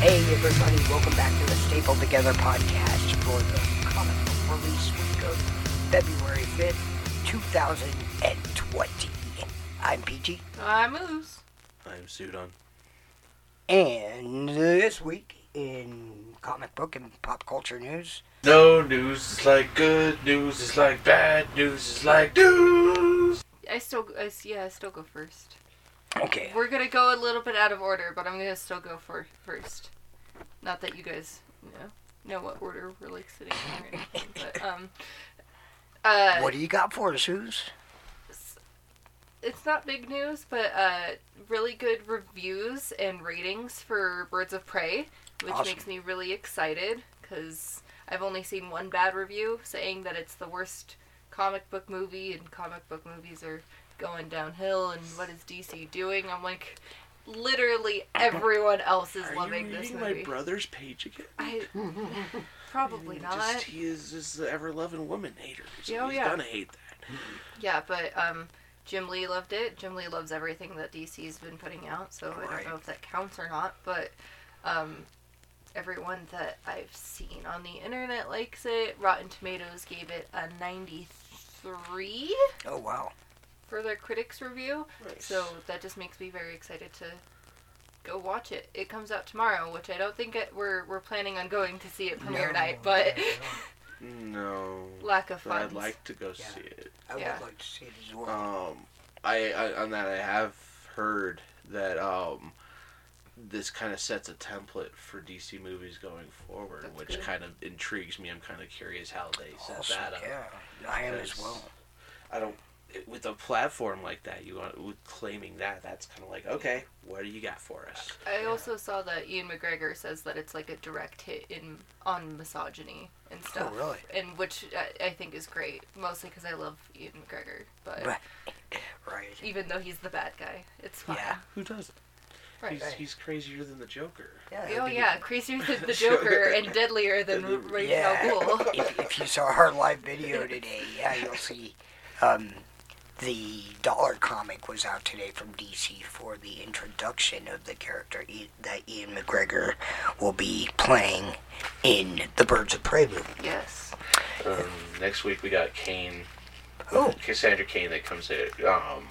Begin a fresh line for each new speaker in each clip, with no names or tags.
Hey, everybody, welcome back to the Staple Together podcast for the comic book release week of February 5th, 2020. I'm PG,
I Uh, moves.
I'm Sudan.
and this week in comic book and pop culture news,
No news is like good news is like bad news is like news.
I still, I, s- yeah, I still go first.
okay,
We're gonna go a little bit out of order, but I'm gonna still go for first. Not that you guys know, know what order we're like sitting in or anything, but um, uh,
what do you got for us, Suze?
it's not big news, but uh, really good reviews and ratings for Birds of Prey, which
Awesome.
makes me really excited because I've only seen one bad review saying that it's the worst comic book movie and comic book movies are going downhill and what is DC doing? I'm like, literally everyone else is
Are you
loving this
reading
movie.
my brother's page again? Mm,
I probably not.
Just, he is just the ever loving woman hater. So
Yeah, oh
he's
yeah.
gonna hate that.
Yeah, but um, Jim Lee loved it. Jim Lee loves everything that DC's been putting out, so I
Right.
don't know if that counts or not. But um, everyone that I've seen on the internet likes it. Rotten Tomatoes gave it a 93
Oh, wow.
for their critics review,
Nice.
so that just makes me very excited to go watch it. It comes out tomorrow, which I don't think it, we're we're planning on going to see it premiere
No,
night, but
no,
No.
lack of
But
funds.
I'd like to go
Yeah.
see it.
I would
Yeah.
like to see it as well.
Um, I, I on that I have heard that um, this kind of sets a template for DC movies going forward,
That's
which
good.
kind of intrigues me. I'm kind of curious how they set
also,
that up.
yeah, I am as
because
well.
I don't. it- With a platform like that, you want with claiming that that's kind of like okay, what do you got for us?
I also saw that Ian McGregor says that it's like a direct hit in on misogyny and stuff.
Oh, really?
And which I, I think is great, mostly because I love Ian McGregor. But
Right. Right.
even though he's the bad guy, it's fine.
Yeah.
Who does?
Right.
He's, he's crazier than the Joker.
Yeah,
Oh
it'd be-
yeah, crazier than the Joker and deadlier than
Than the-
Ra's
Yeah.
al Ghul.
if, if you saw her live video today, yeah, you'll see um, the dollar comic was out today from DC for the introduction of the character I- that Ian McGregor will be playing in the Birds of Prey movie.
Yes.
Um, next week we got Kane,
Oh,
Cassandra Kane, that comes in, um,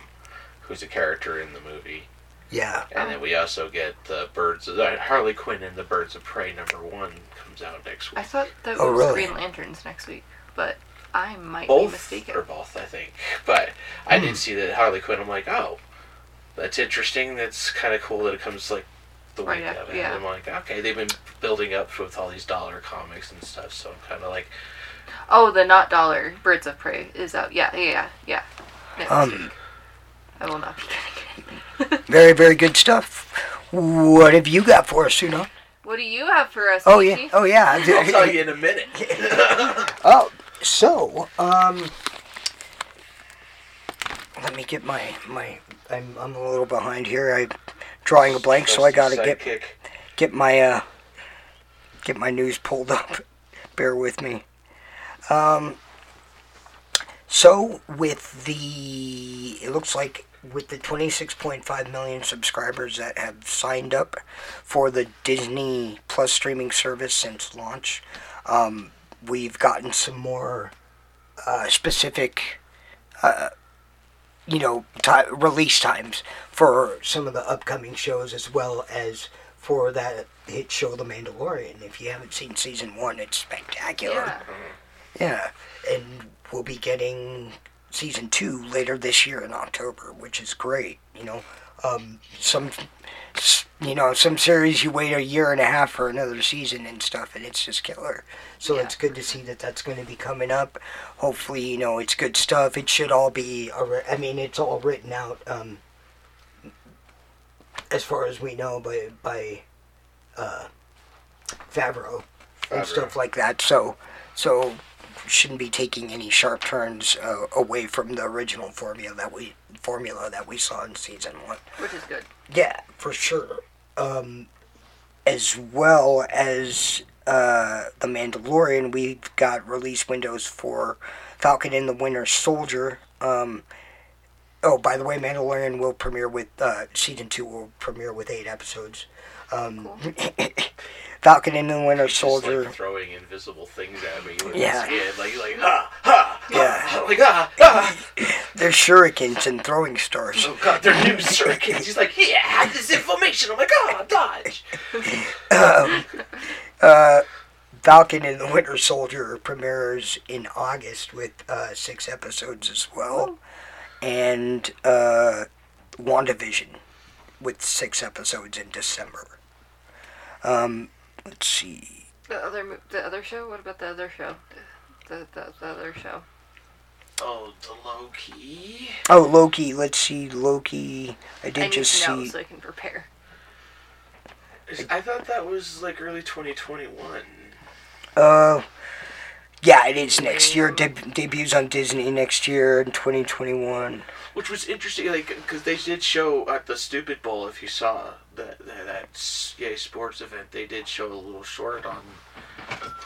who's a character in the movie,
yeah.
and
Oh.
then we also get the Birds of uh, Harley Quinn and the Birds of Prey number one comes out next
I
week.
thought that
Oh,
was
really?
Green Lanterns next week, but I might be
both
mistaken.
or both, I think. But I
Hmm.
did see that Harley Quinn. I'm like, oh, that's interesting. That's kind of cool that it comes like the
Right
week
up-
of it.
Oh, yeah.
And I'm like, okay, they've been building up with all these dollar comics and stuff. So I'm kind of like,
Oh, the not dollar Birds of Prey is out. Yeah, yeah, yeah, yeah. Next week.
Um,
I will not be getting it.
very, very good stuff. What have you got for us, Suno?
What do you have for us?
Oh,
Casey?
yeah. Oh, yeah.
I'll tell you in a minute.
Oh, so um, let me get my my. I'm I'm a little behind here. I'm drawing a blank, so I gotta get
Sidekick.
get my uh get my news pulled up. Bear with me. Um, so with the it looks like with the 26.5 million subscribers that have signed up for the Disney Plus streaming service since launch, um, we've gotten some more uh, specific. Uh, you know, ti release times for some of the upcoming shows as well as for that hit show The Mandalorian. If you haven't seen season one, it's spectacular.
Yeah.
Yeah, and we'll be getting season two later this year in October, which is great. You know, um, some s- you know some series you wait a year and a half for another season and stuff, and it's just killer. So
Yeah.
it's good to see that that's going to be coming up. Hopefully, you know it's good stuff. It should all be. alre- I mean, it's all written out um, as far as we know by by uh, Favreau and
Favreau.
stuff like that. So, so shouldn't be taking any sharp turns uh, away from the original formula that we formula that we saw in season one.
Which is good.
Yeah, for sure. Um, as well as uh, The Mandalorian, we've got release windows for Falcon and the Winter Soldier. Um, oh, by the way, Mandalorian will premiere with uh, season two will premiere with eight episodes. Um, Falcon and the Winter
He's just, like,
Soldier.
throwing invisible things at me. With
Yeah.
yeah. His hand. Like, like, ha, ha,
Yeah.
ha, like, ah, ah.
They're shurikens and throwing stars.
Oh, God, they're new circuits. He's like, yeah, this information. I'm like, ah, dodge.
Um, Uh, Falcon and the Winter Soldier premieres in August with uh, six episodes as well, and uh, WandaVision with six episodes in December. Um, let's see.
The other mo- the other show. What about the other show? The the, the other show.
Oh, the Loki.
Oh, Loki. Let's see. Loki. I did
I need
just
to know
see.
so I can prepare.
Is- I thought that was like early 2021.
Uh, yeah, it is next year. Deb- debuts on Disney next year in 2021.
Which was interesting, like, because they did show at the Stupid Bowl, if you saw that, that, that s- yay sports event, they did show a little short on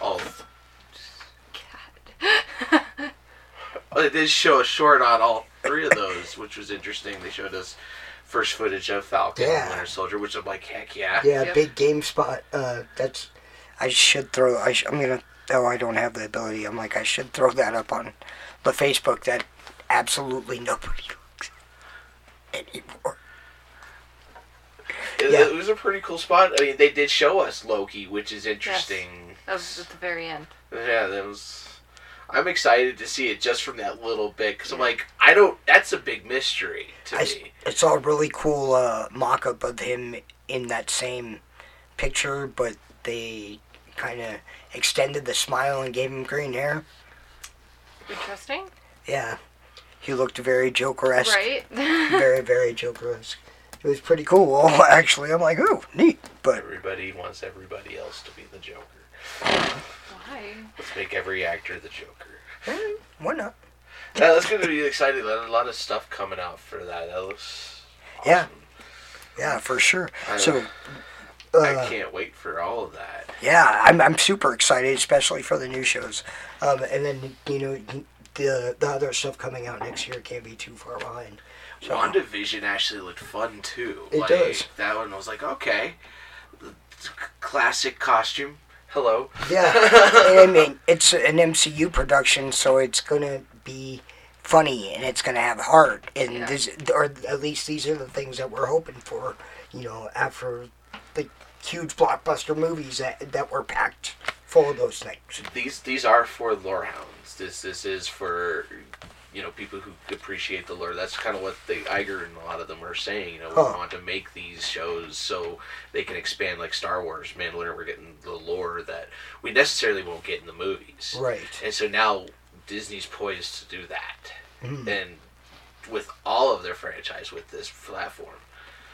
all.
God.
oh, They did show a short on all three of those, which was interesting. They showed us first footage of Falcon
Yeah.
and Winter Soldier, which I'm like, heck yeah.
Yeah,
Yep.
big game spot. Uh, that's. I should throw. I sh- I'm gonna. Oh, I don't have the ability. I'm like I should throw that up on the Facebook. That absolutely nobody looks at anymore.
It,
Yeah.
it was a pretty cool spot. I mean, they did show us Loki, which is interesting.
That was at the very end.
Yeah, that was. I'm excited to see it just from that little bit, because I'm like, I don't. That's a big mystery to
I s-
me.
I saw a really cool uh, mock up of him in that same picture, but they kind of extended the smile and gave him green hair.
Interesting,
Yeah, he looked very Joker esque.
right?
Very, very Joker esque. It was pretty cool, actually. I'm like, ooh, neat. But
Everybody wants everybody else to be the Joker.
Why?
Let's make every actor the Joker.
eh, why not?
That- that's gonna be exciting. There's a lot of stuff coming out for that. That looks. Awesome.
Yeah. Yeah, for sure.
I-
So,
I
uh,
can't wait for all of that.
yeah, I'm, I'm super excited, especially for the new shows. Um, and then, you know, the, the other stuff coming out next year can't be too far behind. So,
WandaVision actually looked fun too.
It
like,
does.
That one was like okay, C- classic costume. Hello.
yeah. And I mean, it's an MCU production, so it's going to be funny and it's going to have heart. And
Yeah.
this, or at least these are the things that we're hoping for, you know, after the huge blockbuster movies that, that were packed full of those things.
These these are for lore hounds. This this is for you know people who appreciate the lore. That's kind of what the Iger and a lot of them are saying. You know, we
Huh.
want to make these shows so they can expand like Star Wars, Mandalorian. We're getting the lore that we necessarily won't get in the movies.
Right.
And so now Disney's poised to do that,
Mhm.
and with all of their franchise with this platform.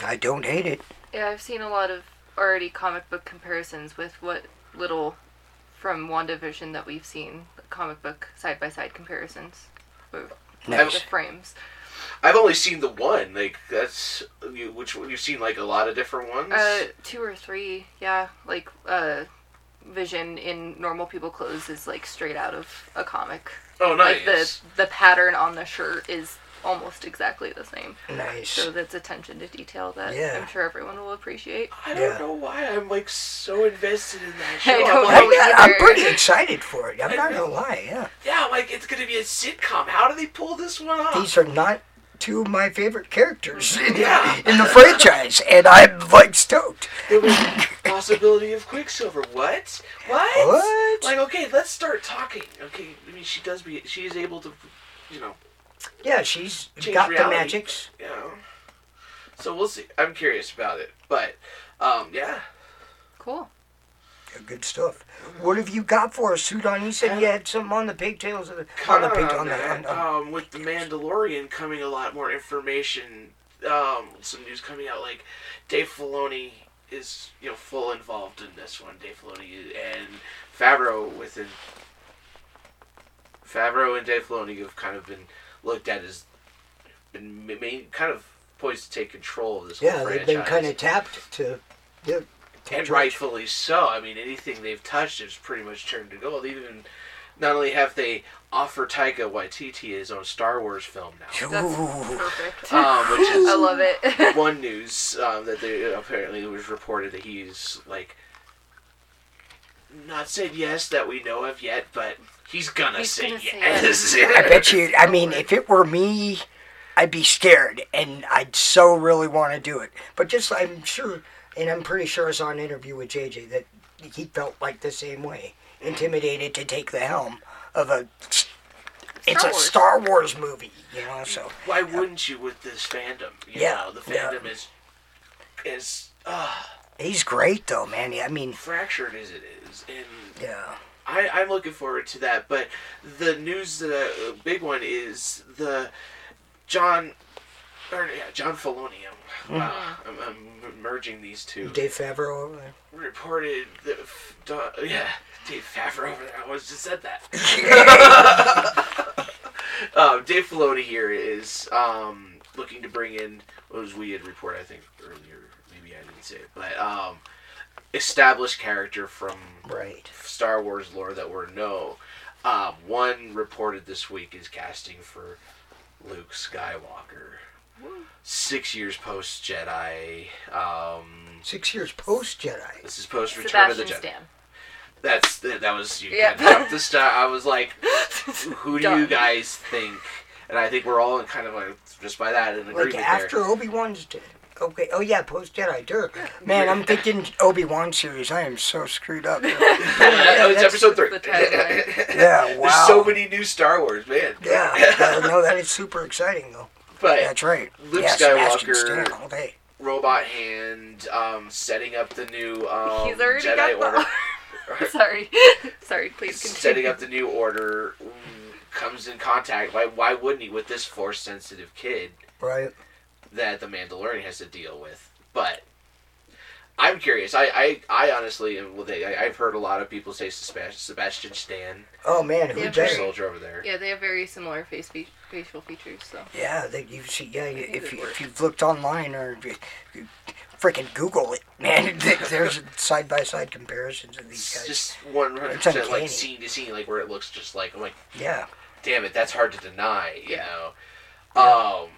I don't hate it.
Yeah, I've seen a lot of already comic book comparisons with what little from WandaVision that we've seen, comic book side by side comparisons of
Nice.
the frames.
I've only seen the one. Like that's you, which one- you've seen like a lot of different ones.
Uh, two or three, yeah, like uh, Vision in normal people clothes is like straight out of a comic.
oh,
Like
nice.
the the pattern on the shirt is almost exactly the same.
Nice.
So that's attention to detail that
Yeah.
I'm sure everyone will appreciate.
I
Yeah.
don't know why I'm like so invested in that show.
I
I'm
don't
like,
know.
I, am
either.
pretty excited for it. I'm not gonna lie. Yeah,
yeah, I'm like it's gonna be a sitcom. How do they pull this one off?
these are not two of my favorite characters in,
Yeah.
in the franchise, and I'm like stoked.
there was possibility of Quicksilver. What? What?
What?
Like okay, let's start talking. Okay, I mean she does be she is able to, you know,
Yeah, she's
Change
got
reality.
the magics.
you know. So we'll see. I'm curious about it, but um, yeah.
Cool.
Yeah, good stuff. What have you got for us, Sudan? You said you had something on the pigtails of the on
Kind
the
of
pigtail on the on,
that,
on,
um, with the Mandalorian coming a lot more information. Um, some news coming out like Dave Filoni is you know full involved in this one. Dave Filoni and Favreau within Favreau and Dave Filoni have kind of been looked at as been ma- main, kind of poised to take control of this.
yeah,
whole
they've
franchise.
been kind of tapped to. Yeah, to
And
charge.
rightfully so. I mean, anything they've touched is pretty much turned to gold. Even not only have they offered Taika Waititi his own Star Wars film now,
That's
Ooh. Uh,
perfect.
um, which
I
is
love it.
one news um, that they apparently it was reported that he's like not said yes that we know of yet, but he's gonna
He's
say
gonna say
yes.
I bet you. I mean, if it were me, I'd be scared, and I'd so really want to do it. But just, I'm sure, and I'm pretty sure I saw an interview with JJ that he felt like the same way, intimidated to take the helm of a. It's a
Wars.
Star Wars movie, you know. So
Why wouldn't you with this fandom? You
Yeah,
know, the
yeah.
fandom is is uh,
he's great, though, man. I mean,
fractured as it is, and
yeah,
I, I'm looking forward to that. But the news, the uh, big one is the John, or yeah, John Filoni. I'm, wow, I'm, I'm merging these two.
Dave Favreau. over there.
Reported that, F- Don- yeah, Dave Favreau. over there, I almost just said that.
uh,
um, Dave Filoni here is um, looking to bring in what was we had reported I think earlier. Maybe I didn't say it, but um, established character from
Right.
Star Wars lore that we're know. Um, one reported this week is casting for Luke Skywalker. Six years post Jedi. Um,
Six years post Jedi.
this is post Return of the
Sebastian
Jedi.
Stan.
That's that, that was you.
Yeah.
Yeah. the star. I was like, who do
Done.
you guys think? And I think we're all in kind of like just by that in agreement
Like after Obi Wan's dead. Okay. Oh yeah, post Jedi. Dirk. Man, I'm thinking Obi Wan series. I am so screwed up.
there. Yeah, it's
that's
episode three.
the timeline.
Yeah. Wow.
There's so many new Star Wars, man.
Yeah. yeah, no, that is super exciting though.
But
That's right.
Luke
yeah, Sebastian
Skywalker-
Stan all day.
robot hand um, setting up the new um,
He's already
Jedi
got the
Order.
Sorry. Sorry, please continue.
setting up the new order mm, comes in contact. Why? Why wouldn't he with this force sensitive kid
Right.
that the Mandalorian has to deal with? But I'm curious. I I, I honestly am. Well, they, I, I've heard a lot of people say Sebast- Sebastian Stan,
Oh man, who
Yeah,
the
Very.
does?
soldier over there.
Yeah, they have very similar face fe- facial features, so.
Yeah, that you see. Yeah, if,
it
you, if
works.
you've looked online or freaking Google it, man, there's side by side comparisons of these
It's
guys.
just one hundred
It's
percent
uncanny.
like scene to scene, like where it looks just like oh I'm like.
yeah.
damn it, that's hard to deny, you
Yeah.
know. Um,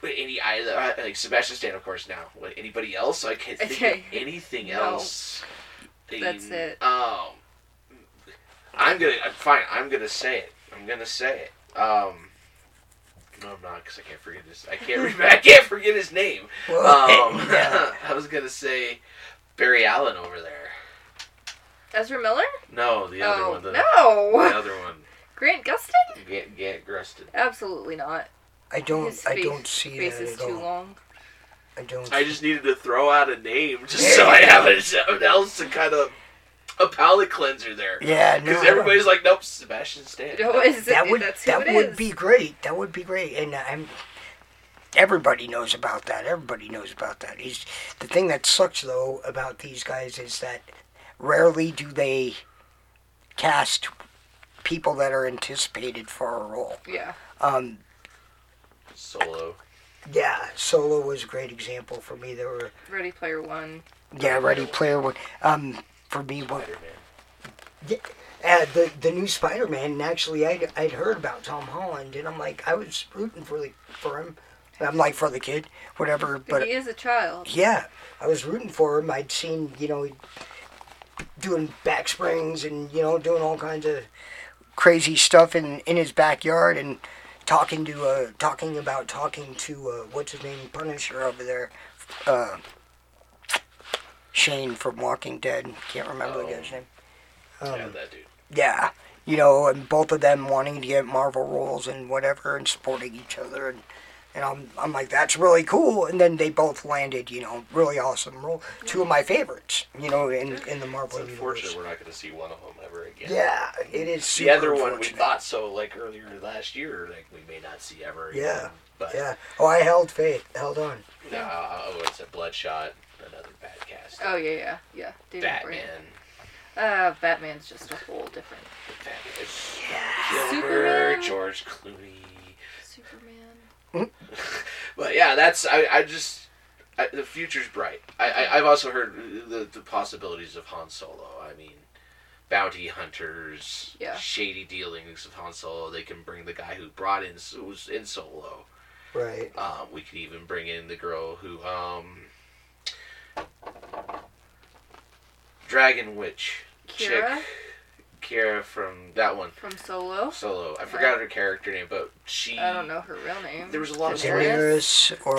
but any I like Sebastian Stan, of course. Now, What, anybody else? I can't think
Okay.
of anything
No.
else.
That's
Um,
it.
Um, I'm gonna. I'm fine. I'm gonna say it. I'm gonna say it. Um, no, I'm not because I can't forget his. I can't. Remember, I can't forget his name. Um,
Well, yeah.
I was gonna say Barry Allen over there.
Ezra Miller?
No, the other
oh,
one. The, the
no!
other one.
Grant Gustin?
Gant, Gant Grustin.
Absolutely not.
I don't.
His
I
face-
don't see
Face
that
is
at
too
all.
long.
I don't.
I just needed to throw out a name just so I have a- something else to kind of a palate cleanser there.
Yeah. No.
Because everybody's like, nope, Sebastian Stan.
No, is
that
it,
would
that's who
that
it
would
is.
be great. That would be great, and uh, I'm. Everybody knows about that. Everybody knows about that. He's the thing that sucks though about these guys is that rarely do they cast people that are anticipated for a role.
Yeah.
Um,
Solo.
yeah, Solo was a great example for me. There were
Ready Player One.
yeah, Ready Player One. Um, for me, what
Spider-Man.
uh, the the new Spider-Man, and actually, I'd, I'd heard about Tom Holland, and I'm like, I was rooting for the for him. I'm like for the kid, whatever. But
he is a child.
yeah, I was rooting for him. I'd seen you know doing back springs and you know doing all kinds of crazy stuff in in his backyard and talking to uh talking about talking to uh what's his name Punisher over there. Uh, Shane from Walking Dead. Can't remember the guy's name. Oh.
yeah, that dude.
Yeah. You know, and both of them wanting to get Marvel roles and whatever and supporting each other and and I'm I'm like, that's really cool and then they both landed, you know, really awesome role. Two of my favorites, you know, in in the
It's
Marvel
unfortunate
universe.
we're not going to see one of them ever again.
Yeah, it is
The
super
other one we
unfortunate.
thought so, like earlier last year, like we may not see ever again.
Yeah,
But
Yeah. Oh I held faith, held on.
no, oh, it's a Bloodshot, another bad cast.
Oh, yeah, yeah, yeah. David
Batman.
Brent. Uh, Batman's just a whole different.
Batman.
Yeah.
Gilbert,
Superman.
George Clooney.
Superman.
But yeah, that's I, I just I, the future's bright. I, I I've also heard the the possibilities of Han Solo. I mean, bounty hunters,
Yeah.
shady dealings of Han Solo. They can bring the guy who brought in who was in Solo.
Right.
Um, we could even bring in the girl who um. Dragon Witch. chick,
Kira
Kira from that one,
from Solo.
Solo. I forgot her character name, but she.
Oh. I don't know her real name.
Oh, There was a lot of story.
Daenerys or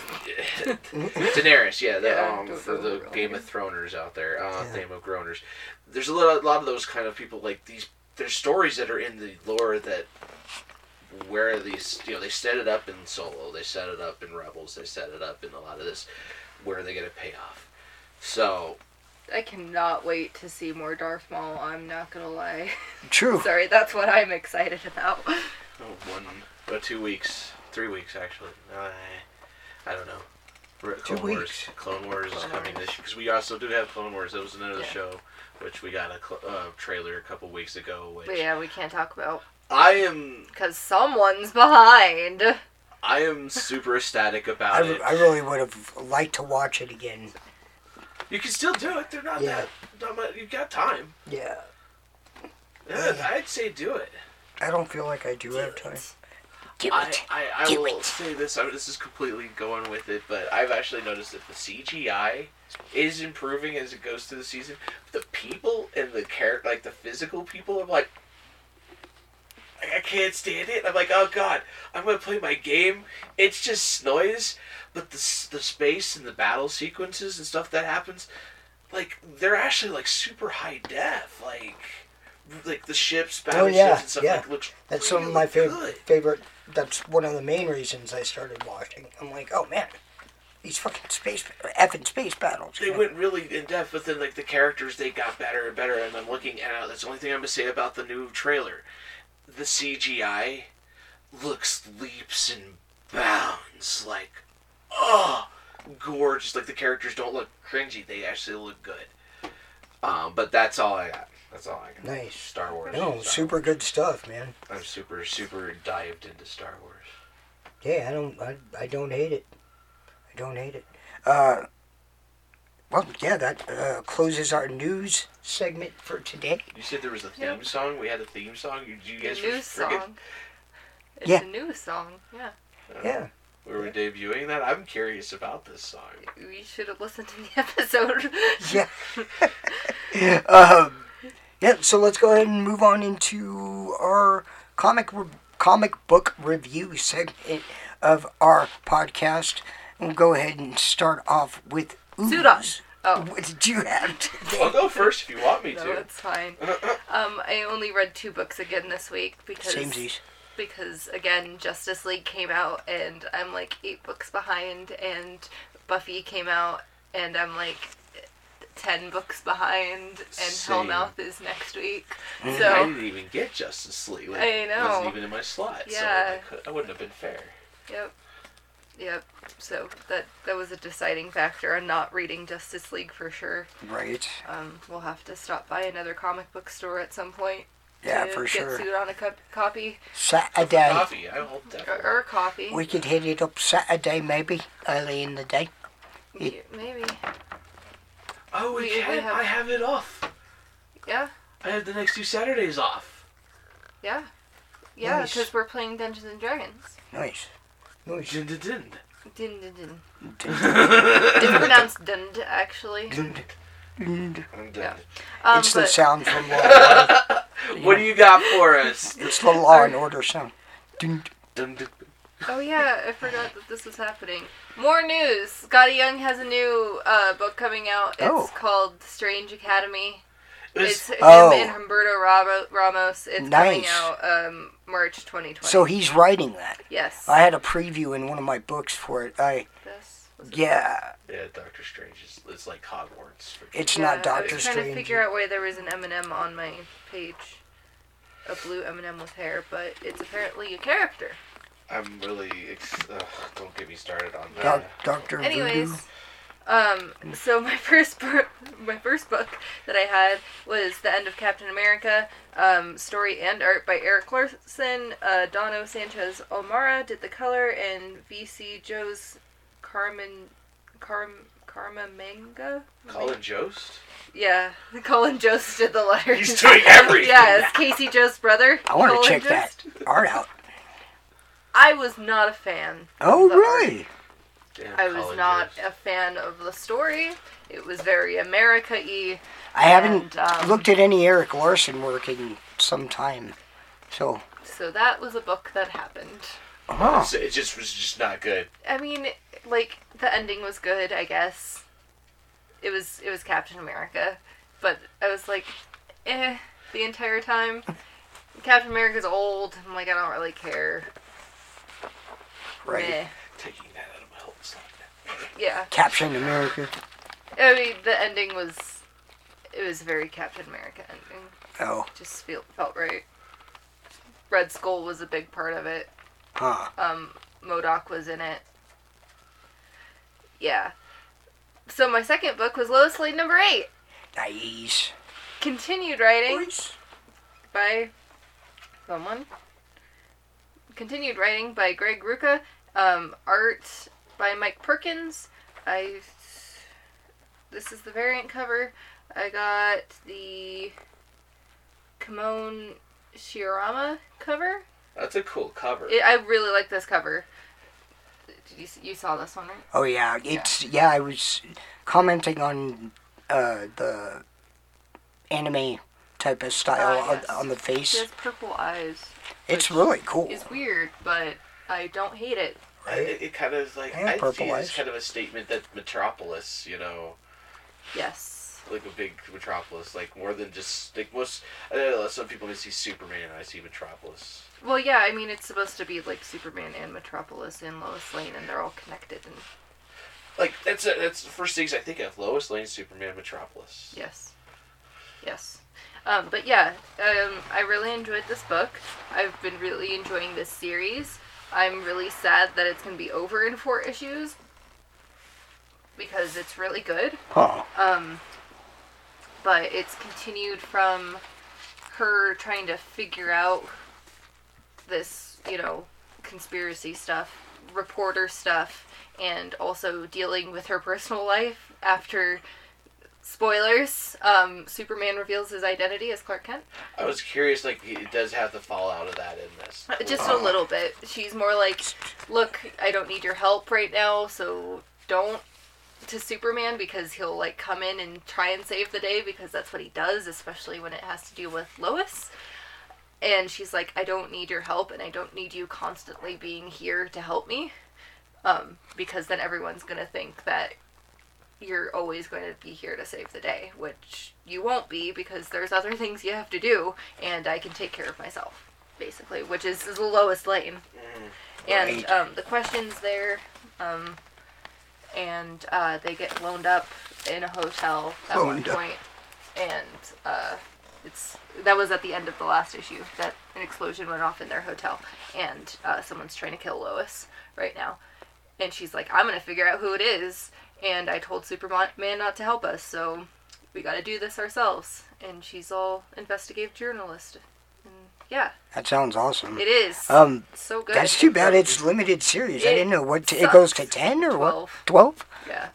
Daenerys, yeah, the,
Yeah,
um,
don't
for
know her
the
real
Game
name.
of Throners out there, uh,
Yeah.
Game of Groaners. There's a lot, a lot of those kind of people. Like these, there's stories that are in the lore that where these, you know, they set it up in Solo, they set it up in Rebels, they set it up in a lot of this. Where are they going to pay off? So
I cannot wait to see more Darth Maul. I'm not gonna lie.
True.
Sorry, that's what I'm excited about.
oh, one, but two weeks, three weeks actually. I, I don't know. We're at
Two
Clone
weeks.
Wars. Clone Wars is
Clone
coming
Wars.
this because we also do have Clone Wars. That was another
Yeah.
show, which we got a cl- uh, trailer a couple weeks ago. Which
But yeah, we can't talk about
I am
because someone's behind.
I am super ecstatic
I,
about it.
I really would have liked to watch it again.
You can still do it. They're not
Yeah.
that. Not much, you've got time.
Yeah.
Yeah, I'd say do it.
I don't feel like I do have time. Do
I, I, I
Do
will
it.
say this. I mean, this is completely going with it, but I've actually noticed that the CGI is improving as it goes through the season. The people and the character, like the physical people, I'm like, I I can't stand it. I'm like, oh god, I'm gonna play my game. It's just noise, but the s- the space and the battle sequences and stuff that happens, like they're actually like super high def, like. Like the ships, battleships,
Oh, yeah,
and stuff
yeah.
like looks
That's some of
really
my
good.
favorite. Favorite. That's one of the main reasons I started watching. I'm like, oh man, these fucking space, effing space battles.
they went really in depth, but then like the characters they got better and better. And I'm looking at that's the only thing I'm gonna say about the new trailer. The CGI looks leaps and bounds like oh gorgeous. Like the characters don't look cringy; they actually look good. Um, but that's all I got. That's all I got.
Nice.
Star Wars.
No,
Star
super good stuff, man.
I'm super super dived into Star Wars.
Yeah, I don't, I, I don't hate it. I don't hate it. Uh, well, yeah, that uh, closes our news segment for today.
You said there was a theme
Yep.
song. We had a theme song. You, you
The
guys were
new
forget-
song. It's
Yeah.
a new song. Yeah.
Yeah,
We were debuting that. I'm curious about this song.
We should have listened to the episode.
yeah. um, yeah. So let's go ahead and move on into our comic re- comic book review segment of our podcast. We'll go ahead and start off with ooze.
Sudan. Oh.
What did you have
I'll
today?
go first if you want me
No,
to.
it's fine. Um, I only read two books again this week because
Samesies.
because again Justice League came out and I'm like eight books behind and Buffy came out and I'm like ten books behind and
Same.
Hellmouth is next week.
I
So
didn't even get Justice League. Like,
I
It wasn't
know.
even in my slot, so I,
Yeah.
could, I wouldn't have been fair.
yep, yep. So that that was a deciding factor on not reading Justice League for sure.
Right.
Um, we'll have to stop by another comic book store at some point.
Yeah,
to
for
get
sure.
sued on a cup, copy
Saturday.
Coffee, I hope that.
or, or coffee.
We could hit it up Saturday, maybe early in the day.
Yeah, Maybe.
Oh,
we-
we,
we
can.
have-
I have it off.
Yeah.
I have the next two Saturdays off.
Yeah. Yeah,
Nice.
because we're playing Dungeons and Dragons.
Nice. Nice.
Dun, dun, dun.
Dun dun dun.
Dun,
It's pronounced dund actually.
dun, dun.
Dun, dun.
Yeah. Um,
It's the
but
sound from Law. and Order.
What do you got for us?
It's the Law and Order sound. Dun,
Dun, dun.
oh yeah, I forgot that this was happening. More news. Scotty Young has a new uh, book coming out. It's
Oh.
called Strange Academy.
It was-
It's him
Oh.
and Humberto Ramo- Ramos. It's coming
Nice.
out um, March 2020.
So he's writing that.
yes.
I had a preview in one of my books for it. I
This was-
yeah,
yeah, Doctor Strange is it's like Hogwarts. For,
it's
Yeah,
not
I
Doctor
was trying to
Strange.
figure out why there was an M&M on my page. A blue M&M with hair, but it's apparently a character.
I'm really. Ex- Ugh, don't get me started on that.
Doc, Doctor
Anyways,
Voodoo.
um, so my first per- my first book that I had was The End of Captain America, um, story and art by Eric Larson, uh, Dono Sanchez O'Mara did the color, and VC Joe's Carmen Carm Karma Manga.
Colin Jost.
Yeah, Colin Jost did the letters.
He's doing everything.
yeah, it's Casey Joe's brother.
I want
Colin
to check that
Jost.
art out.
I was not a fan.
Oh
The art.
really?
Damn,
I was
Colin
not
Jost.
a fan of the story. It was very America y.
I haven't
And, um,
looked at any Eric Larson work in some time. So,
So that was a book that happened.
huh.
So it just was just not good.
I mean, like the ending was good, I guess. It was it was Captain America, but I was like, eh, the entire time. Captain America's old. I'm like, I don't really care.
right.
Meh.
Taking that out of my whole slot.
Yeah.
Captain America.
I mean, the ending was, it was very Captain America ending.
Oh,
Just feel, felt right. Red Skull was a big part of it.
huh.
Um, Modoc was in it. Yeah. So my second book was Lois Lane number eight.
Nice.
Continued writing
Nice.
by someone. Continued writing by Greg Rucka. Um, art by Mike Perkins. I. This is the variant cover. I got the Kimon Shirama cover.
That's a cool cover.
It, I really like this cover. Did you, s- you saw this one, right?
Oh yeah, it's yeah. I was commenting on uh, the anime type of style
Ah, yes.
on, on the face.
She has purple eyes.
it's really cool.
It's weird, but I don't hate it.
I- it, it kind of like
I have
I,
purple
see it as
eyes.
kind of a statement that Metropolis, you know,
Yes.
like a big Metropolis, like more than just like most. I know some people may see Superman, and I see Metropolis.
Well, yeah, I mean, it's supposed to be like Superman and Metropolis and Lois Lane, and they're all connected, and
Like that's a, that's the first things I think of: Lois Lane, Superman, Metropolis.
yes. Yes. Um, but yeah, um, I really enjoyed this book. I've been really enjoying this series. I'm really sad that it's going to be over in four issues because it's really good.
Huh.
Um, but it's continued from her trying to figure out this, you know, conspiracy stuff, reporter stuff, and also dealing with her personal life after. Spoilers. Um, Superman reveals his identity as Clark Kent.
I was curious, like it does have the fallout of that in this.
Just a little bit. She's more like, "Look, I don't need your help right now, so don't." To Superman because he'll like come in and try and save the day because that's what he does, especially when it has to do with Lois. And she's like, "I don't need your help, and I don't need you constantly being here to help me, um, because then everyone's gonna think that." You're always going to be here to save the day, which you won't be because there's other things you have to do, and I can take care of myself basically, which is the lowest lane. And
Right.
um, the questions there, um, and uh, they get loaned up in a hotel at one
Loaned up.
point, and uh, it's that was at the end of the last issue that an explosion went off in their hotel, and uh, someone's trying to kill Lois right now, and she's like, "I'm gonna figure out who it is," and I told Superman not to help us, so we gotta do this ourselves. And she's all investigative journalist, and yeah,
That sounds awesome.
it is.
Um,
So good.
that's too bad. It's limited series. I
It
didn't know what t- it
sucks.
goes to ten or what. Twelve.
Yeah.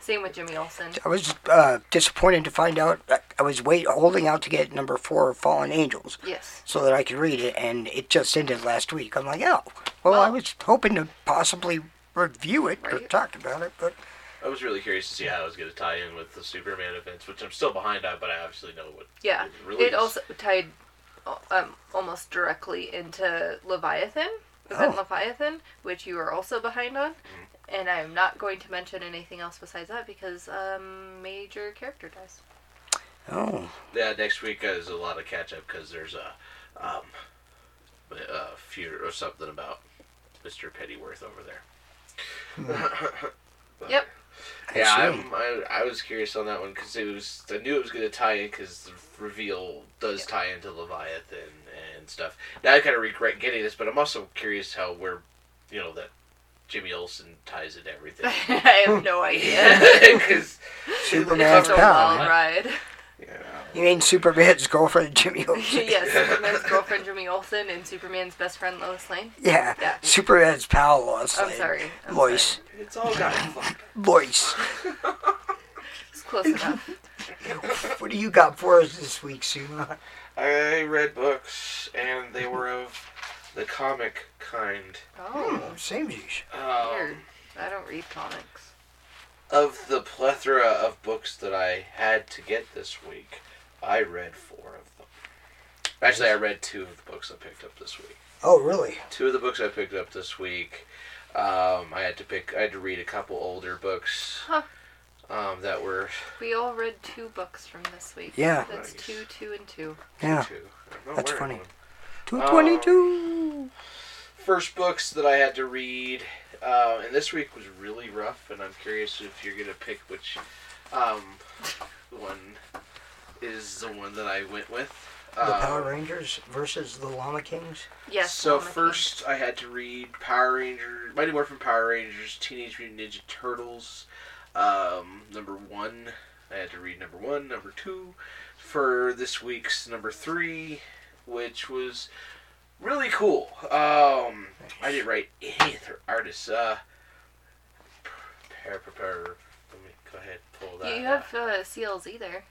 Same with Jimmy Olsen.
I was uh, disappointed to find out. I- I was wait holding out to get number four, Fallen Angels,
Yes.
so that I could read it, and it just ended last week. I'm like, oh, well, I
Well-
was hoping to possibly review it or
Right.
talk about it, but
I was really curious to see how it was going to tie in with the Superman events, which I'm still behind on, but I obviously know what.
Yeah.
It really
It
is.
also tied um, almost directly into Leviathan. Event
Oh. Mm-hmm.
Leviathan, which you are also behind on. And I'm not going to mention anything else besides that because um, major character dies.
oh,
Yeah, next week is a lot of catch up because there's a, um, a fear or something about Mr. Pennyworth over there. But-
Yep.
I
Yeah,
see.
I'm, I, I was curious on that one because it was I knew it was going to tie in because the reveal does tie into Leviathan and stuff. Now I kind of regret getting this, but I'm also curious how where, you know, that Jimmy Olsen ties into everything.
I have no idea.
Because
Superman's
it's a
That's
pal.
wild ride.
You mean Superman's girlfriend, Jimmy Olsen?
yes, Superman's girlfriend Jimmy Olsen and Superman's best friend Lois Lane.
Yeah.
Yeah.
Superman's pal, Lois.
I'm
Lane.
sorry. I'm
Lois.
it's all got fucked.
Lois.
It's close enough.
What do you got for us this week, Suma?
I read books and they were of the comic kind.
Oh,
Same as
Um,
weird. I don't read comics.
of the plethora of books that I had to get this week, I read four of them. Actually, I read two of the books I picked up this week.
Oh, really?
Two of the books I picked up this week. Um, I had to pick. I had to read a couple older books
Huh.
um, that were
We all read two books from this week.
Yeah.
That's
Nice.
two, two, and two.
Yeah.
two. I'm not
That's
wearing
funny.
one.
Two twenty-two.
first books that I had to read, uh, and this week was really rough. And I'm curious if you're gonna pick which um, one is the one that I went with.
the
Um,
Power Rangers versus the Llama Kings.
Yes.
So
Lana King.
first, I had to read Power Rangers, Mighty Morphin Power Rangers, Teenage Mutant Ninja Turtles, um, number one. I had to read number one, number two, for this week's number three, which was really cool. Um, I didn't write any of their artists. Uh, prepare, prepare. Let me go ahead and pull that.
You
up.
have uh, CLZ there.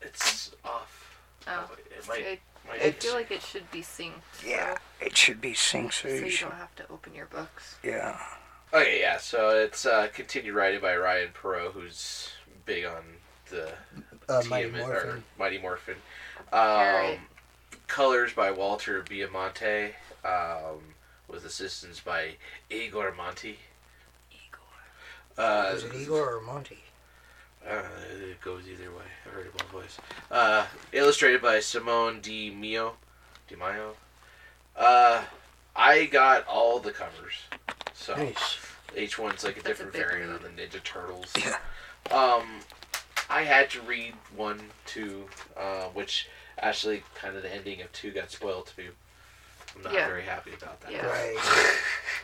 It's off.
Oh.
it might.
I,
might
I feel like it should be synced.
Yeah, it should be Sing
So, so you
Sush.
don't have to open your books.
Yeah.
Okay, yeah. So it's uh, continued writing by Ryan Perot, who's big on the
Uh,
TMN
Mighty
or
Morphin.
Mighty Morphin. Um,
Alright.
Colors by Walter Biamonte, um, with assistance by Igor Monti. Uh,
Was it Igor or Monty?
uh, it goes either way. I heard it both ways. Uh, illustrated by Simone Di Mio. Di Maio. Uh, I got all the covers. So
Nice.
each one's like a
That's a
different
big
variant
read.
on the Ninja Turtles.
Yeah.
Um, I had to read one, two, uh, which actually kind of the ending of two got spoiled to me. I'm not
Yeah.
very happy about that.
Yeah.
Right.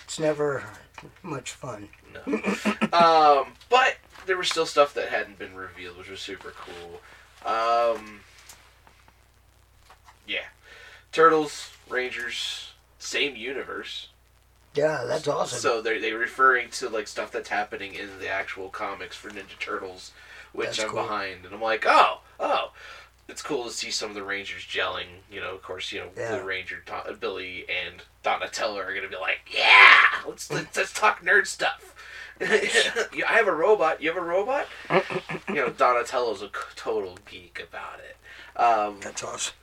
it's never much fun.
No. um, but there was still stuff that hadn't been revealed, which was super cool. Um, yeah. Turtles, Rangers, same universe.
Yeah, that's awesome.
So they're, they're referring to like stuff that's happening in the actual comics for Ninja Turtles, which
That's
I'm
cool.
behind, and I'm like, oh, oh, it's cool to see some of the Rangers gelling. You know, of course, you know
Yeah.
Blue Ranger Don- Billy and Donatello are gonna be like, yeah,
Mm.
let's let's, let's talk nerd stuff. You- I have a robot. You have a robot. you know, Donatello's a c- total geek about it. Um,
that's awesome.